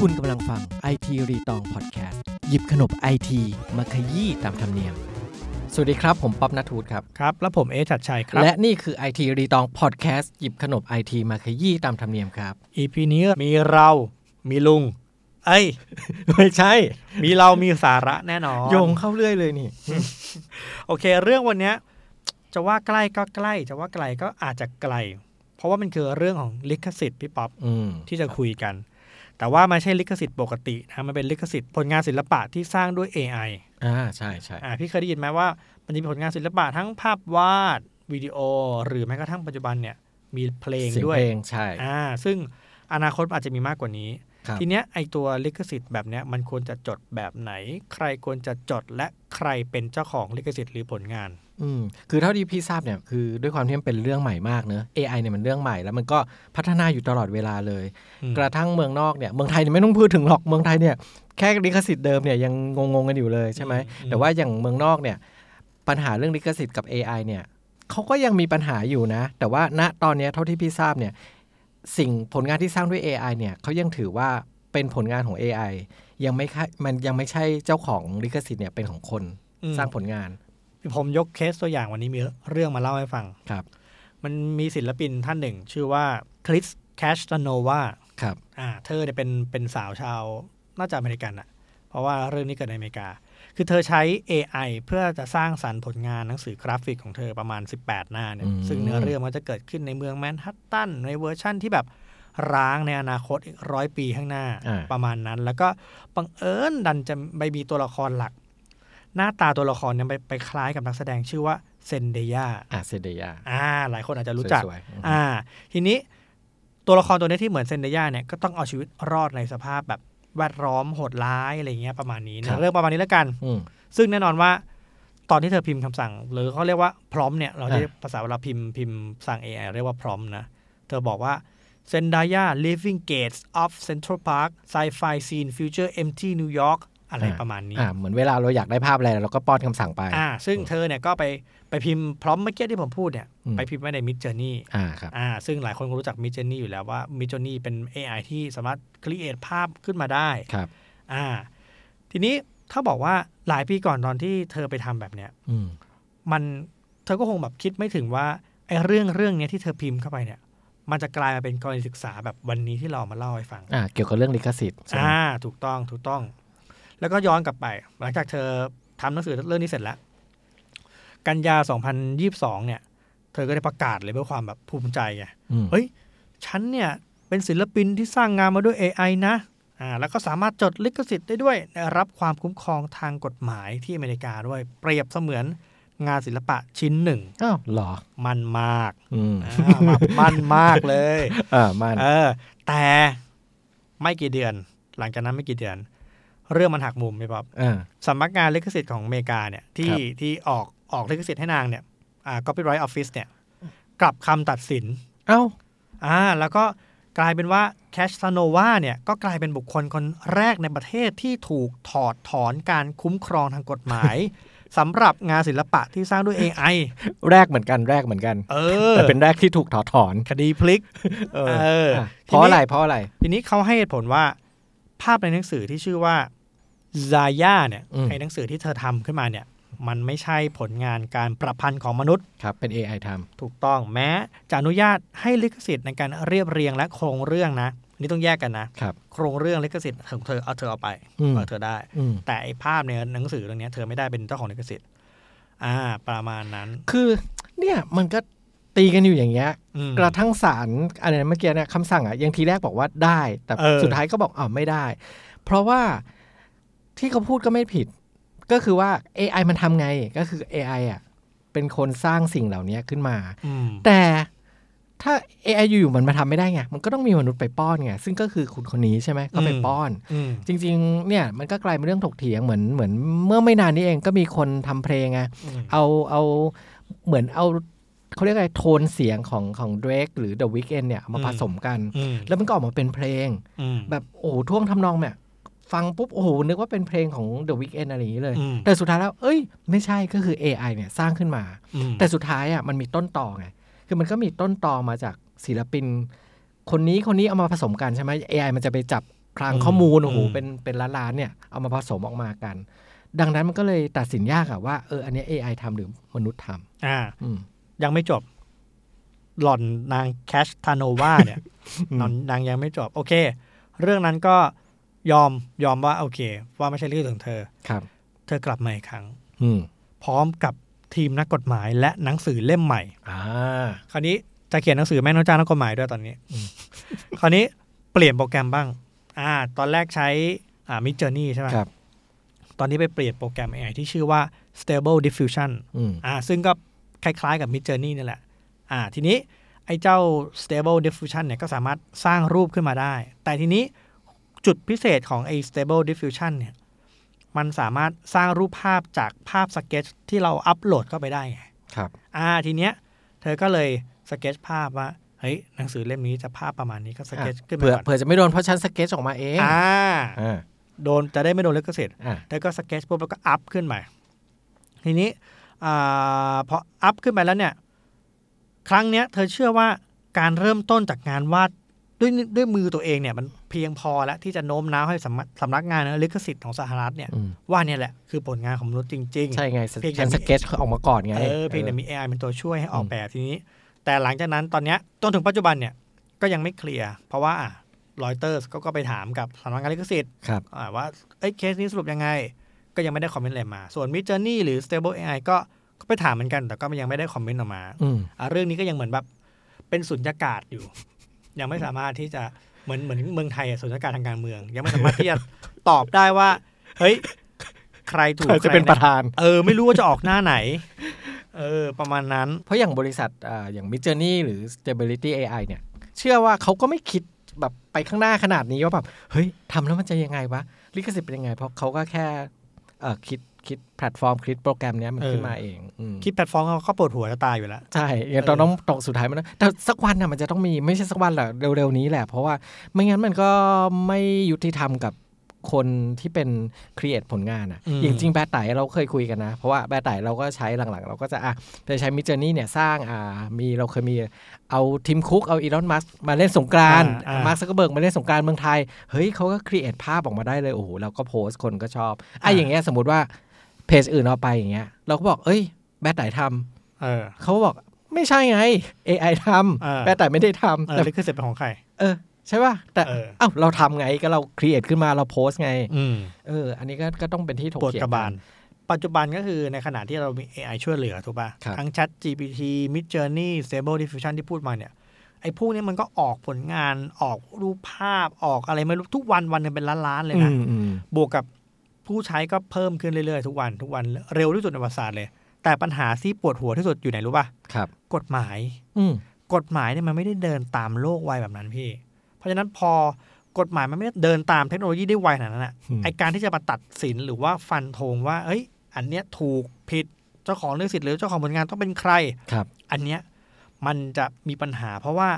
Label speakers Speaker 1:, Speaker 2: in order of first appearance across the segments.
Speaker 1: คุณกำลังฟัง IT รีตองพอดแคสต์หยิบขนบไอทีมาขยี้ตามธรรมเนียม สวัสดีครับ ผมป๊อบนัททูตครับ
Speaker 2: ครับ แล้วผมเอชัดชัยครับ
Speaker 1: และนี่คือ IT รีตองพอดแคสต์หยิบขนบไอทีมาขยี้ตามธรรมเนียมครับ
Speaker 2: EP นี้มีเรา มีลุง เอ้ย
Speaker 1: ไม่ใช่
Speaker 2: มีเรามีสาระแน่นอน
Speaker 1: โยงเข้าเรื่อยเลยนี่
Speaker 2: โอเค เรื่องวันเนี้ยจะว่าใกล้ก็ใกล้ จะว่าไกลก็อาจจะไกล เพราะว่ามันคือเรื่องของลิขสิทธิ์พี่ป๊อป
Speaker 1: อืม
Speaker 2: ที่จะคุยกัน แต่ว่ามันไม่ใช่ลิขสิทธิ์ปกตินะมันเป็นลิขสิทธิ์ผลงานศิลปะที่สร้างด้วย AI
Speaker 1: อ่าใช่ใช่
Speaker 2: อ่าพี่เคยได้ยินไหมว่ามันจะมีผลงานศิลปะทั้งภาพวาดวิดีโอ หรือแม้กระทั่งปัจจุบันเนี่ยมีเพลง
Speaker 1: เสียง
Speaker 2: ด้วย
Speaker 1: เพลงใช่
Speaker 2: อ่าซึ่งอนาคตอาจจะมีมากกว่านี้
Speaker 1: ครับ
Speaker 2: ทีเนี้ยไอตัวลิขสิทธิ์แบบเนี้ยมันควรจะจดแบบไหน ใครควรจะจดและใครเป็นเจ้าของลิขสิทธิ์หรือผลงาน
Speaker 1: อืมคือเท่าที่พี่ทราบเนี่ยคือด้วยความที่มันเป็นเรื่องใหม่มากเนอะ AI เนี่ยมันเรื่องใหม่แล้วมันก็พัฒนาอยู่ตลอดเวลาเลย
Speaker 2: อืม
Speaker 1: กระทั่งเมืองนอกเนี่ยเมืองไทยเนี่ยไม่ต้องพูดถึงหรอกเมืองไทยเนี่ยแค่ลิขสิทธิ์เดิมเนี่ยยังงงๆกันอยู่เลยใช่ไหม
Speaker 2: อืม
Speaker 1: แต่ว่าอย่างเมืองนอกเนี่ยปัญหาเรื่องลิขสิทธิ์กับ AI เนี่ยเขาก็ยังมีปัญหาอยู่นะ แต่ว่าณตอนเนี้ยเท่าที่พี่ทราบเนี่ยสิ่งผลงานที่สร้างด้วย AI เนี่ยเขายังถือว่าเป็นผลงานของ AI ยังไม่ค่ะมันยังไม่ใช่เจ้าของลิขสิทธิ์เนี่ยเป็นของคน
Speaker 2: อืม
Speaker 1: สร้างผลงาน
Speaker 2: ผมยกเคสตัวอย่างวันนี้มีเรื่องมาเล่าให้ฟัง
Speaker 1: ครับ
Speaker 2: มันมีศิลปินท่านหนึ่ง ชื่อว่าคริสแคชตโนวา
Speaker 1: ครับ
Speaker 2: อ่าเธอเนี่ยเป็นเป็นสาวชาวน่าจะอเมริกันอะเพราะว่าเรื่องนี้เกิดในอเมริกา คือเธอใช้ AI เพื่อจะสร้างสรรค์ผลงานหนังสือกราฟิกของเธอประมาณ 18 หน้าเนี่ย
Speaker 1: อืม
Speaker 2: ซึ่งเนื้อเรื่องมันจะเกิดขึ้นในเมืองแมนฮัตตันในเวอร์ชั่นที่แบบร้างในอนาคตอีกร้อยปีข้างหน้า
Speaker 1: อ่า
Speaker 2: ประมาณนั้น แล้วก็บังเอิญดันจะไปมีตัวละครหลัก หน้าตาตัวละครเนี่ยไปไปคล้ายกับนักแสดงชื่อว่าเซนเดีย
Speaker 1: อาเซเดีย
Speaker 2: อ่าหลายคนอาจจะรู้จัก
Speaker 1: สวยๆอืม
Speaker 2: อ่า ทีนี้ตัวละครตัวนี้ที่เหมือนเซนเดียาเนี่ยก็ต้องเอาชีวิตรอดในสภาพแบบแวดล้อมโหดร้ายอะไรเงี้ยประมาณนี้นะเรื่องประมาณนี้แล้วกัน
Speaker 1: อืม
Speaker 2: ซึ่งแน่นอนว่า ตอนที่เธอพิมพ์คำสั่ง หรือเขาเรียกว่าพร้อมเนี่ยเรา
Speaker 1: อ่า
Speaker 2: เรียกภาษาเวลาพิมพ์พิมพ์สั่ง AI เรียกว่าพร้อมนะ เธอบอกว่า s e n d a y a Living Gates of Central Park Sci-Fi Scene Future Empty New York อะไรประมาณนี้
Speaker 1: อ่าเหมือนเวลาเราอยากได้ภาพอะไรเราก็ป้อนคำสั่งไป
Speaker 2: อ่า ซึ่งเธอเนี่ยก็ไปไปพิมพ์พร้อมเมื่อกี้ที่ผมพูดเนี่ย
Speaker 1: อืม
Speaker 2: ไปพิมพ์ไว้ในมิดเจอร์นี่
Speaker 1: อ่าครับ
Speaker 2: อ่าซึ่งหลายคนก็รู้จักมิจเจนี่อยู่แล้วว่ามิจเจนี่เป็น AI ที่สามารถครีเอทภาพขึ้นมาได้
Speaker 1: ครับ
Speaker 2: อ่าทีนี้ถ้าบอกว่าหลายปีก่อนตอนที่เธอไปทำแบบเนี้ย
Speaker 1: อืม
Speaker 2: มันเธอก็คงแบบคิดไม่ถึงว่าไอ้เรื่องเรื่องเนี้ยที่เธอพิมพ์เข้าไปเนี่ย มันจะกลายมาเป็นกรณีศึกษาแบบวันนี้ที่เราเอามาเล่าให้ฟัง
Speaker 1: อ่าเกี่ยวกับเรื่องลิขสิทธิ์ใช่ไหม
Speaker 2: อ่าถูกต้องถูกต้อง แล้วก็ย้อนกลับไป หลังจากเธอทำหนังสือเรื่องนี้เสร็จแล้ว กันยา 2022 เนี่ย เธอก็ได้ประกาศเลยเพื่อความแบบภูมิใจไง
Speaker 1: อืม
Speaker 2: เฮ้ย ฉันเนี่ยเป็นศิลปินที่สร้างงานมาด้วย AI นะอ่าแล้วก็สามารถจดลิขสิทธิ์ได้ด้วยได้รับความคุ้มครองทางกฎหมายที่อเมริกาด้วย เปรียบเสมือนงานศิลปะชิ้นหนึ่ง
Speaker 1: อ้าวเหรอ
Speaker 2: มันมาก
Speaker 1: อืม
Speaker 2: อ่ามามันมาก เลย
Speaker 1: อ่ามัน
Speaker 2: เออแต่ไม่กี่เดือน หลังจากนั้นไม่กี่เดือน เรื่องมันหักมุมไปป๊อบ
Speaker 1: อ่า
Speaker 2: สำนักงานลิขสิทธิ์ของอเมริกาเนี่ยที่
Speaker 1: ครับ
Speaker 2: ที่ออกออกลิขสิทธิ์ให้นางเนี่ยอ่า copyright office เนี่ยกลับคำตัดสิน
Speaker 1: เอ้า
Speaker 2: อ่าแล้วก็กลายเป็นว่าแคชซาโนวาเนี่ยก็กลายเป็นบุคคลคนแรกในประเทศที่ถูกถอดถอนการคุ้มครองทางกฎหมาย สำหรับงานศิลปะที่สร้างด้วย AI
Speaker 1: แรกเหมือนกันแรกเหมือนกัน
Speaker 2: เออ
Speaker 1: แต่เป็นแรกที่ถูกถอดถอน
Speaker 2: คดีพลิก
Speaker 1: เอ
Speaker 2: เออ
Speaker 1: อะ
Speaker 2: ทีนี้
Speaker 1: เพราะอะไรเพราะอะไร
Speaker 2: ทีนี้เขาให้เหตุผลว่า ภาพในหนังสือที่ชื่อว่า z a y a เนี่ย
Speaker 1: อืม
Speaker 2: ไอ้หนังสือที่เธอทำขึ้นมาเนี่ย มันไม่ใช่ผลงานการประพันธ์ของมนุษย์
Speaker 1: ครับ เป็น AI ทำ
Speaker 2: ถูกต้องแม้จะอนุญาตให้ลิขสิทธิ์ในการเรียบเรียงและโครงเรื่องนะอันนี่ต้องแยกกันนะ
Speaker 1: ครับ
Speaker 2: โครงเรื่องลิขสิทธิ์ของเธอเอาเธอเอาไป
Speaker 1: อืม
Speaker 2: เอาเธอได้
Speaker 1: อืม
Speaker 2: แต่ไอ้ภาพในหนังสือเรื่องเนี้ยเธอไม่ได้เป็นเจ้าของลิขสิทธิ์อ่า ประมาณนั้น
Speaker 1: คือ เนี่ย มันก็ตีกันอยู่อย่างเงี้ย
Speaker 2: อืม
Speaker 1: กระทั่งศาลอะไรนะเมื่อกี้เนี่ยคำสั่งอ่ะยังทีแรกบอกว่าได้ แต่
Speaker 2: เออ
Speaker 1: สุดท้ายก็บอกอ๋อไม่ได้ เพราะว่าที่เขาพูดก็ไม่ผิด ก็คือว่า AI มันทำไง ก็คือ AI อ่ะ เป็นคนสร้างสิ่งเหล่านี้ขึ้นมา
Speaker 2: อืม
Speaker 1: แต่ถ้า AI อยู่ๆมันมาทำไม่ได้ไง มันก็ต้องมีมนุษย์ไปป้อนไง ซึ่งก็คือคุณคนนี้ใช่ไหมก็ไปป้อน
Speaker 2: อืม
Speaker 1: จริง ๆ เนี่ยมันก็กลายเป็นเรื่องถกเถียงเหมือนเหมือนเมื่อไม่นานนี้เองก็มีคนทำเพลงไง
Speaker 2: อืม
Speaker 1: เอาเอาเหมือนเอาเขาเรียกอะไรโทนเสียงของของ Drake หรือ The Weeknd เนี่ยเอามาผสมกัน
Speaker 2: อืม
Speaker 1: แล้วมันก็ออกมาเป็นเพลง
Speaker 2: อืม
Speaker 1: แบบโอ้โหท่วงทำนองเนี่ยฟังปุ๊บ โอ้โห นึกว่าเป็นเพลงของ The Weeknd อะไรอย่างนี้เลย
Speaker 2: อืม
Speaker 1: แต่สุดท้ายแล้ว เอ้ย ไม่ใช่ก็คือ AI เนี่ยสร้างขึ้นมา
Speaker 2: อืม
Speaker 1: แต่สุดท้ายอ่ะมันมีต้นตอไง คือมันก็มีต้นตอมาจากศิลปิน คนนี้คนนี้เอามาผสมกันใช่ไหม AI มันจะไปจับ คลัง
Speaker 2: อืม
Speaker 1: ข้อมูลโอ้โห
Speaker 2: อืม
Speaker 1: เป็นเป็นล้านล้านๆเนี่ยเอามาผสมออกมากัน ดังนั้นมันก็เลยตัดสินยากอะว่าเอออันเนี้ย AI ทำหรือมนุษย์ทำ
Speaker 2: อ่า
Speaker 1: อืม
Speaker 2: ยังไม่จบ หล่อนนางแคชทาโนวาเนี่ย
Speaker 1: อืม
Speaker 2: นอนนางยังไม่จบ โอเค เรื่องนั้นก็ยอมยอมว่าโอเค ว่าไม่ใช่เรื่องของเธอ
Speaker 1: ครับ
Speaker 2: เธอกลับมาอีกครั้ง
Speaker 1: อืม
Speaker 2: พร้อมกับทีมนักกฎหมายและหนังสือเล่มใหม่
Speaker 1: อ่า
Speaker 2: คราวนี้จะเขียนหนังสือแม่นจ้างนักกฎหมายด้วยตอนนี้
Speaker 1: อืม
Speaker 2: คราวนี้เปลี่ยนโปรแกรมบ้าง อ่า ตอนแรกใช้อ่ามิจเจอร์นี่ใช่ไหม
Speaker 1: ครับ
Speaker 2: ตอนนี้ไปเปลี่ยนโปรแกรม AI ที่ชื่อว่า Stable Diffusion
Speaker 1: อืม
Speaker 2: อ่าซึ่งก็คล้ายๆกับ Mid Journey นี่แหละ อ่า ทีนี้ ไอ้เจ้า Stable Diffusion เนี่ยก็สามารถสร้างรูปขึ้นมาได้ แต่ทีนี้จุดพิเศษของไอ้ Stable Diffusion เนี่ยมันสามารถสร้างรูปภาพจากภาพสเก็ตที่เราอัปโหลดเข้าไปได้ไง
Speaker 1: ครับ
Speaker 2: อ่า ทีเนี้ย เธอก็เลยสเก็ตภาพว่า เฮ้ย หนังสือเล่มนี้จะภาพประมาณนี้ก็สเก็ต
Speaker 1: อ่ะ
Speaker 2: ขึ้นมา
Speaker 1: เผื่อ
Speaker 2: ก่อน
Speaker 1: เผื่อจะไม่โดนเพราะฉันสเก็ตออกมาเอง
Speaker 2: อ่า
Speaker 1: อ่า
Speaker 2: โดนจะได้ไม่โดนลิขสิทธิ
Speaker 1: อ่า
Speaker 2: แล้วก็สเก็ตปุ๊บแล้วก็อัพขึ้นมา ทีนี้อาพออัพขึ้นไปแล้วเนี่ย ครั้งเนี้ย เธอเชื่อว่าการเริ่มต้นจากงานวาดด้วยด้วยมือตัวเองเนี่ยมันเพียงพอแล้วที่จะโน้มน้าวให้สำนักสำนักงานลิขสิทธิ์ของสหรัฐเนี่ย
Speaker 1: อืม
Speaker 2: ว่าเนี่ยแหละคือผลงานของมนุษย์จริง ๆ
Speaker 1: ใช่ไง
Speaker 2: เพียงแต่
Speaker 1: ฉัน
Speaker 2: มี
Speaker 1: สเก็ตออกมาก่อนไง
Speaker 2: เออเพียงแต่
Speaker 1: ออ
Speaker 2: มี AI เป็นตัวช่วยให้ออก
Speaker 1: อืม
Speaker 2: แบบทีนี้ แต่หลังจากนั้นตอนเนี้ยจนถึงปัจจุบันเนี่ยก็ยังไม่เคลียร์เพราะว่าอ่ะรอยเตอร์ก็ไปถามกับสำนักงานลิขสิทธิ
Speaker 1: ครับ
Speaker 2: อ่าว่าเอ้ยเคสนี้สรุปยังไง ก็ยังไม่ได้คอมเมนต์อะไรมา ส่วน Mid Journey หรือ Stable AI ก็ก็ไปถามเหมือนกัน แต่ก็ยังไม่ได้คอมเมนต์ออกมา
Speaker 1: อืม
Speaker 2: อ่าเรื่องนี้ก็ยังเหมือนแบบเป็นสุญญากาศอยู่ ยังไม่สามารถที่จะเหมือนเหมือนเมืองไทยอะสุญญากาศทางการเมือง ยังไม่สามารถที่จะตอบได้ว่า เฮ้ย ใครถูก
Speaker 1: ใครจะเป็นประธาน
Speaker 2: เออ ไม่รู้ว่าจะออกหน้าไหน เออ ประมาณนั้น
Speaker 1: เพราะอย่างบริษัทอ่าอย่าง Midjourney หรือ Stability AI เนี่ย เชื่อว่าเขาก็ไม่คิดแบบไปข้างหน้าขนาดนี้ว่าแบบเฮ้ยทำแล้วมันจะยังไงวะลิขสิทธิ์เป็นยังไง เพราะเขาก็แค่เอ่อคิดคิดแพลตฟอร์มคิดโปรแกรมเนี้ยมัน
Speaker 2: เออ
Speaker 1: ขึ้นมาเองอืม
Speaker 2: คิดแพลตฟอร์มเขาก็ปวดหัวจะตายอยู่แล้ว
Speaker 1: ใช่อย่างตอน
Speaker 2: เออ
Speaker 1: น้องตกสุดท้ายมันแต่สักวันน่ะมันจะต้องมีไม่ใช่สักวันหรอกเร็วๆนี้แหละ เพราะว่าไม่งั้นมันก็ไม่ยุติธรรมกับคนที่เป็นครีเอทผลงานอ่ะ
Speaker 2: อืม
Speaker 1: อย่างจริงแบร์ไตเราเคยคุยกันนะ เพราะว่าแบร์ไตเราก็ใช้หลังๆ เราก็จะอ่ะ จะใช้มิจเจอร์นี่เนี่ยสร้างอ่ามีเราเคยมีเอาทีมคุกเอาอีลอนมัสมาเล่นสงกรานต์
Speaker 2: อ่าอ่าม
Speaker 1: มาร์คซักเบิร์กมาเล่นสงกรานต์เมืองไทย เฮ้ยเขาก็ครีเอทภาพออกมาได้เลย โอ้โหเราก็โพสต์คนก็ชอบไอ้อย่างเงี้ยสมมติว่าเพจอื่นเอาไปอย่างเงี้ยเราก็บอก เอ้ย แบดไต่ท
Speaker 2: เออ
Speaker 1: ำเขาบอกไม่ใช่ไง AI ท
Speaker 2: อ่า
Speaker 1: ำแบดไต่ไม่ได้ทำ
Speaker 2: เอ
Speaker 1: แต่
Speaker 2: อลิขสิทธิ์เป็นของใคร
Speaker 1: เออใช่ป่ะแต่
Speaker 2: เออ
Speaker 1: เอ้าเราทำไงก็เราครีเอทขึ้นมาเราโพสต์ไง
Speaker 2: อืม
Speaker 1: เอออันนี้ก็ก็ต้องเป็นที่ถก
Speaker 2: ปวด
Speaker 1: เถีย
Speaker 2: ก
Speaker 1: ง
Speaker 2: ระบา
Speaker 1: กั
Speaker 2: ล
Speaker 1: น
Speaker 2: ปัจจุบันก็คือในขณะที่เรามี AI ช่วยเหลือถูกป่ะ
Speaker 1: ครับ
Speaker 2: ทั้ง Chat GPT Mid Journey Stable Diffusion ที่พูดมาเนี่ย ไอ้พวกเนี้มันก็ออกผลงานออกรูปภาพออกอะไรไม่รู้ ทุกวันวันหนึงเป็นล้านๆเลยนะ
Speaker 1: อืมอืม
Speaker 2: บวกกับผู้ใช้ก็เพิ่มขึ้นเรื่อยๆ ทุกวันทุกวันเร็วที่สุดในประวัติศาสตร์เลย แต่ปัญหาที่ปวดหัวที่สุดอยู่ไหนรู้ป่ะ
Speaker 1: ครับ
Speaker 2: กฎหมาย
Speaker 1: อืม
Speaker 2: กฎหมายเนี่ยมันไม่ได้เดินตามโลกไวแบบนั้นพี่ เพราะฉะนั้นพอกฎหมายมันไม่ได้เดินตามเทคโนโลยีได้ไวขนาดนั้นอะ ไอการที่จะมาตัดสินหรือว่าฟันธงว่า เอ้ย อันเนี้ยถูกผิดเจ้าของลิขสิทธิ์หรือเจ้าของผลงานต้องเป็นใคร
Speaker 1: ครับ
Speaker 2: อันเนี้ยมันจะมีปัญหา เพราะว่า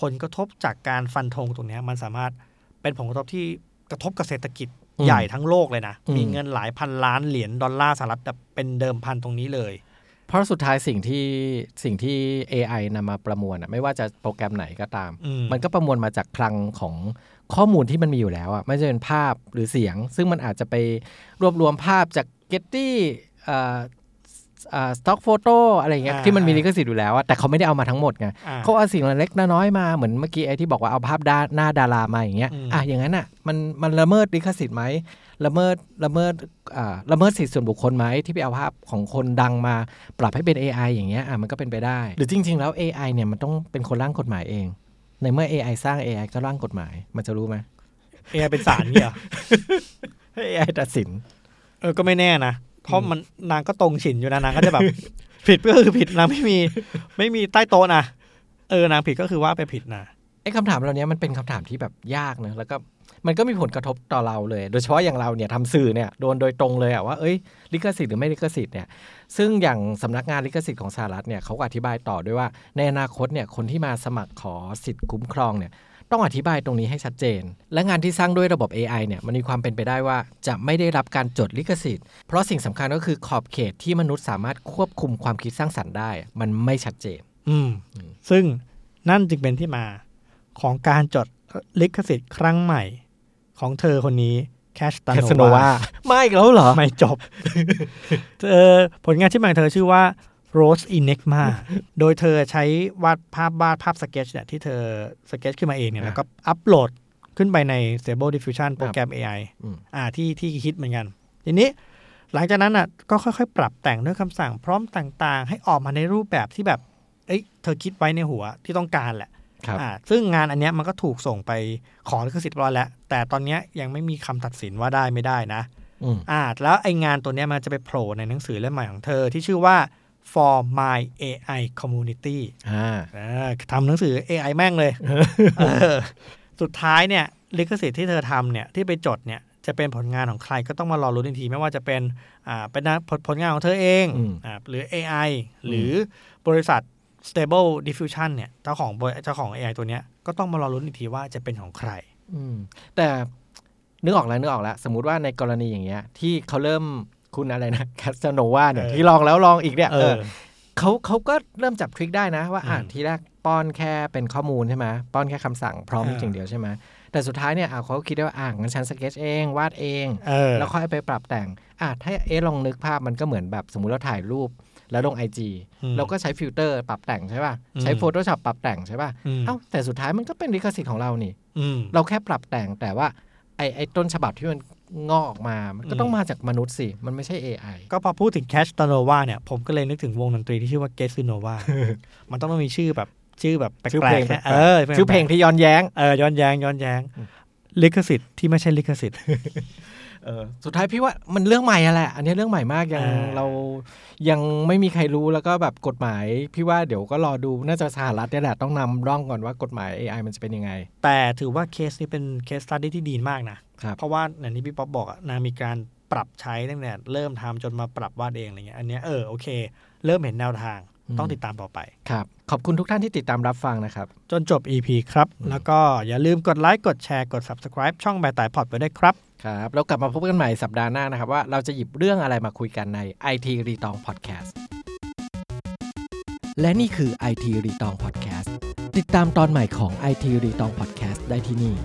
Speaker 2: ผลกระทบจากการฟันธงตรงเนี้ยมันสามารถเป็นผลกระทบที่กระทบกับเศรษฐกิจ
Speaker 1: อืม
Speaker 2: ใหญ่ทั้งโลกเลยนะ
Speaker 1: อืม
Speaker 2: มีเงินหลายพันล้านเหรียญดอลลาร์สหรัฐแบบเป็นเดิมพันตรงนี้เลย
Speaker 1: เพราะสุดท้ายสิ่งที่สิ่งที่ AI นำมาประมวลอะไม่ว่าจะโปรแกรมไหนก็ตาม
Speaker 2: อืม
Speaker 1: มันก็ประมวลมาจากคลังของข้อมูลที่มันมีอยู่แล้วอะไม่ว่าจะเป็นภาพหรือเสียง ซึ่งมันอาจจะไปรวบรวมภาพจาก Getty เอ่ออ่าสต็อกโฟโต้อะไรอย่างเงี้ยที่มันมีลิขสิทธิ์อยู่แล้วอะแต่เขาไม่ได้เอามาทั้งหมดไง
Speaker 2: อ่ะ
Speaker 1: เขาเอาสิ่งเล็กๆน้อยๆมาเหมือนเมื่อกี้ไอ้ที่บอกว่าเอาภาพด้านหน้าดารามาอย่างเงี้ย
Speaker 2: อืม
Speaker 1: อ่ะอย่างนั้นอะมันมันละเมิดลิขสิทธิ์ไหมละเมิดละเมิดอ่าละเมิดสิทธิส่วนบุคคลไหมที่ไปเอาภาพของคนดังมา ปรับให้เป็น AI อย่างเงี้ยอ่ะมันก็เป็นไปได้ หรือจริง ๆ แล้ว AI เนี่ยมันต้องเป็นคนร่างกฎหมายเอง ในเมื่อ AI สร้าง AI ก็ร่างกฎหมาย มันจะรู้ไหม
Speaker 2: AI เป็นสารเนี่ยเหรอ
Speaker 1: AI ตัดสิน
Speaker 2: เออก็ไม่แน่นะ เพราะมันนางก็ตรงฉินอยู่นะ นางก็จะแบบ ผิดก็คือผิดนางไม่มี ไม่มีใต้โต๊ะนะ เออนางผิดก็คือว่าไปผิดนะ
Speaker 1: ไอ้คำถามเหล่านี้มันเป็นคำถามที่แบบยากนะแล้วก็มันก็มีผลกระทบต่อเราเลย โดยเฉพาะอย่างเราเนี่ยทำสื่อเนี่ยโดนโดยตรงเลยอะว่าเอ้ยลิขสิทธิ์หรือไม่ลิขสิทธิ์เนี่ยซึ่งอย่างสำนักงานลิขสิทธิ์ของสหรัฐเนี่ยเขาก็อธิบายต่อด้วยว่า ในอนาคตเนี่ยคนที่มาสมัครขอสิทธิ์คุ้มครองเนี่ยต้องอธิบายตรงนี้ให้ชัดเจน และงานที่สร้างด้วยระบบ AI เนี่ยมันมีความเป็นไปได้ว่าจะไม่ได้รับการจดลิขสิทธิ์ เพราะสิ่งสำคัญก็คือขอบเขตที่มนุษย์สามารถควบคุมความคิดสร้างสรรค์ได้ มันไม่ชัดเจน
Speaker 2: อืม
Speaker 1: อืม
Speaker 2: ซึ่งนั่นจึงเป็นที่มาของการจดลิขสิทธิ์ครั้งใหม่ ของเธอคนนี้แคชตา
Speaker 1: แคส
Speaker 2: โน
Speaker 1: โนวาว
Speaker 2: า
Speaker 1: มาอีกแล้วเหรอ
Speaker 2: ไม่จบ เธอผลงานที่นใหม่ของเธอชื่อว่า Rose Enigma โดยเธอใช้วาดภาพวาดภาพสเก็ตเนี่ยที่เธอสเก็ตขึ้นมาเองเนี่ย
Speaker 1: อ่ะ
Speaker 2: แล้วก็อัปโหลดขึ้นไปใน Stable Diffusion โปรแกรม AI
Speaker 1: อืม
Speaker 2: อ่าที่ที่คิดเหมือนกัน ทีนี้หลังจากนั้นอ่ะก็ค่อยๆ ปรับแต่งด้วยคำสั่งพร้อมต่างๆ ให้ออกมาในรูปแบบที่แบบ เอ้ยเธอคิดไว้ในหัวที่ต้องการแหละ
Speaker 1: ครับ
Speaker 2: อ่าซึ่งงานอันเนี้ยมันก็ถูกส่งไปขอลิขสิทธิ์เรียบร้อยแล้ว แต่ตอนเนี้ยยังไม่มีคำตัดสินว่าได้ไม่ได้นะ
Speaker 1: อืม
Speaker 2: อ่า แล้วไองานตัวเนี้ยมันจะไปโผล่ในหนังสือเล่มใหม่ของเธอที่ชื่อว่า for my AI community
Speaker 1: อ่า
Speaker 2: อ่าทำหนังสือ AI แม่งเลยเออสุดท้ายเนี่ยลิขสิทธิ์ที่เธอทำเนี่ยที่ไปจดเนี่ยจะเป็นผลงานของใครก็ต้องมารอรู้นอีกที ไม่ว่าจะเป็นอ่าเป็นผลผลงานของเธอเอง
Speaker 1: อืม
Speaker 2: อ่าหรือ AI หรือบริษัท Stable Diffusion เนี่ยเจ้าของบริเจ้าของ AI ตัวเนี้ยก็ต้องมารอรู้นอีกทีว่าจะเป็นของใคร
Speaker 1: อืมแต่นึกออกแล้วนึกออกแล้ว สมมติว่าในกรณีอย่างเงี้ย ที่เขาเริ่มคุณอะไรนะ แคสโนวาเนี่ย
Speaker 2: เออ
Speaker 1: ที่ลองแล้วลองอีกเนี่ย
Speaker 2: เอ
Speaker 1: เออ
Speaker 2: อ
Speaker 1: เขาเขาก็เริ่มจับทริคได้นะ ว่า
Speaker 2: อืม
Speaker 1: อ่านทีแรกป้อนแค่เป็นข้อมูลใช่ไหมป้อนแค่คำสั่งพร้อม
Speaker 2: อ่า
Speaker 1: อย่างเดียวใช่ไหมแต่สุดท้ายเนี่ยอ่ะเขาคิดได้ว่าอ่างนฉันสเก็ตเองวาดเอง
Speaker 2: เออ
Speaker 1: แล้วค่อยไปปรับแต่งอ่ะถ้าเอะลองนึกภาพมันก็เหมือนแบบสมมุติเราถ่ายรูปแล้วลง IG
Speaker 2: อืม
Speaker 1: เราก็ใช้ฟิลเตอร์ปรับแต่งใช่ป่ะใช้
Speaker 2: อืม
Speaker 1: Photoshop ปรับแต่งใช่ป่ะ
Speaker 2: ม
Speaker 1: เอ้าแต่สุดท้ายมันก็เป็นลิขสิทธิ์ของเรานี่
Speaker 2: อืม
Speaker 1: เราแค่ปรับแต่งแต่ว่าไอ้ไอ้ต้นฉบับที่มันงอกออกมา มันก็ต้อ
Speaker 2: อื
Speaker 1: ง
Speaker 2: ม
Speaker 1: มาจากมนุษย์สิ มันไม่ใช่ AI
Speaker 2: ก็พอพูดถึงแคชต a โนวาเนี่ยผมก็เลยนึกถึงวงดนตรีที่ชื่อว่าเกสซูโน วา มันต้องมีชื่อแบบชื่อแบบแปล
Speaker 1: ชื่อเพล
Speaker 2: ก
Speaker 1: ง
Speaker 2: ๆนะ
Speaker 1: แปลกๆ
Speaker 2: เออ
Speaker 1: ชื่อเพลงที่ย้อนแย้ง
Speaker 2: เออย้อนแยงย้อนแยง
Speaker 1: อืม
Speaker 2: ลิขสิทธิ์ที่ไม่ใช่ลิขสิทธิ์
Speaker 1: สุดท้ายพี่ว่ามันเรื่องใหม่อะแหละ อันนี้เรื่องใหม่มากยัง
Speaker 2: อ่า
Speaker 1: เรายังไม่มีใครรู้แล้วก็แบบกฎหมาย พี่ว่าเดี๋ยวก็รอดูน่าจะสหรัฐเนี่ยแหละต้องนำร่องก่อนว่ากฎหมาย AI มันจะเป็นยังไง
Speaker 2: แต่ถือว่าเคสนี้เป็นเคสตัดดี้ที่ดีมากนะ
Speaker 1: ครับ
Speaker 2: เพราะว่าอย่างที่พี่ป๊อปบอกอะนางมีการปรับใช้ตั้งแต่เริ่มทำจนมาปรับวาดเองอะไรเงี้ยอันเนี้ยเออโอเค เริ่มเห็นแนวทาง
Speaker 1: อืม
Speaker 2: ต้องติดตามต่อไป
Speaker 1: ครับ ขอบคุณทุกท่านที่ติดตามรับฟังนะครับ
Speaker 2: จนจบ EP ครับ
Speaker 1: อืม
Speaker 2: แล้วก็อย่าลืมกดไลค์กดแชร์กด subscribe ช่องแบตายพอดไปด้วยครับ
Speaker 1: ครับเรากลับมาพบกันใหม่สัปดาห์หน้านะครับ ว่าเราจะหยิบเรื่องอะไรมาคุยกันใน IT รีตองพอดแคสต์และนี่คือ IT รีตองพอดแคสต์ติดตามตอนใหม่ของ IT รีตองพอดแคสต์ได้ที่นี่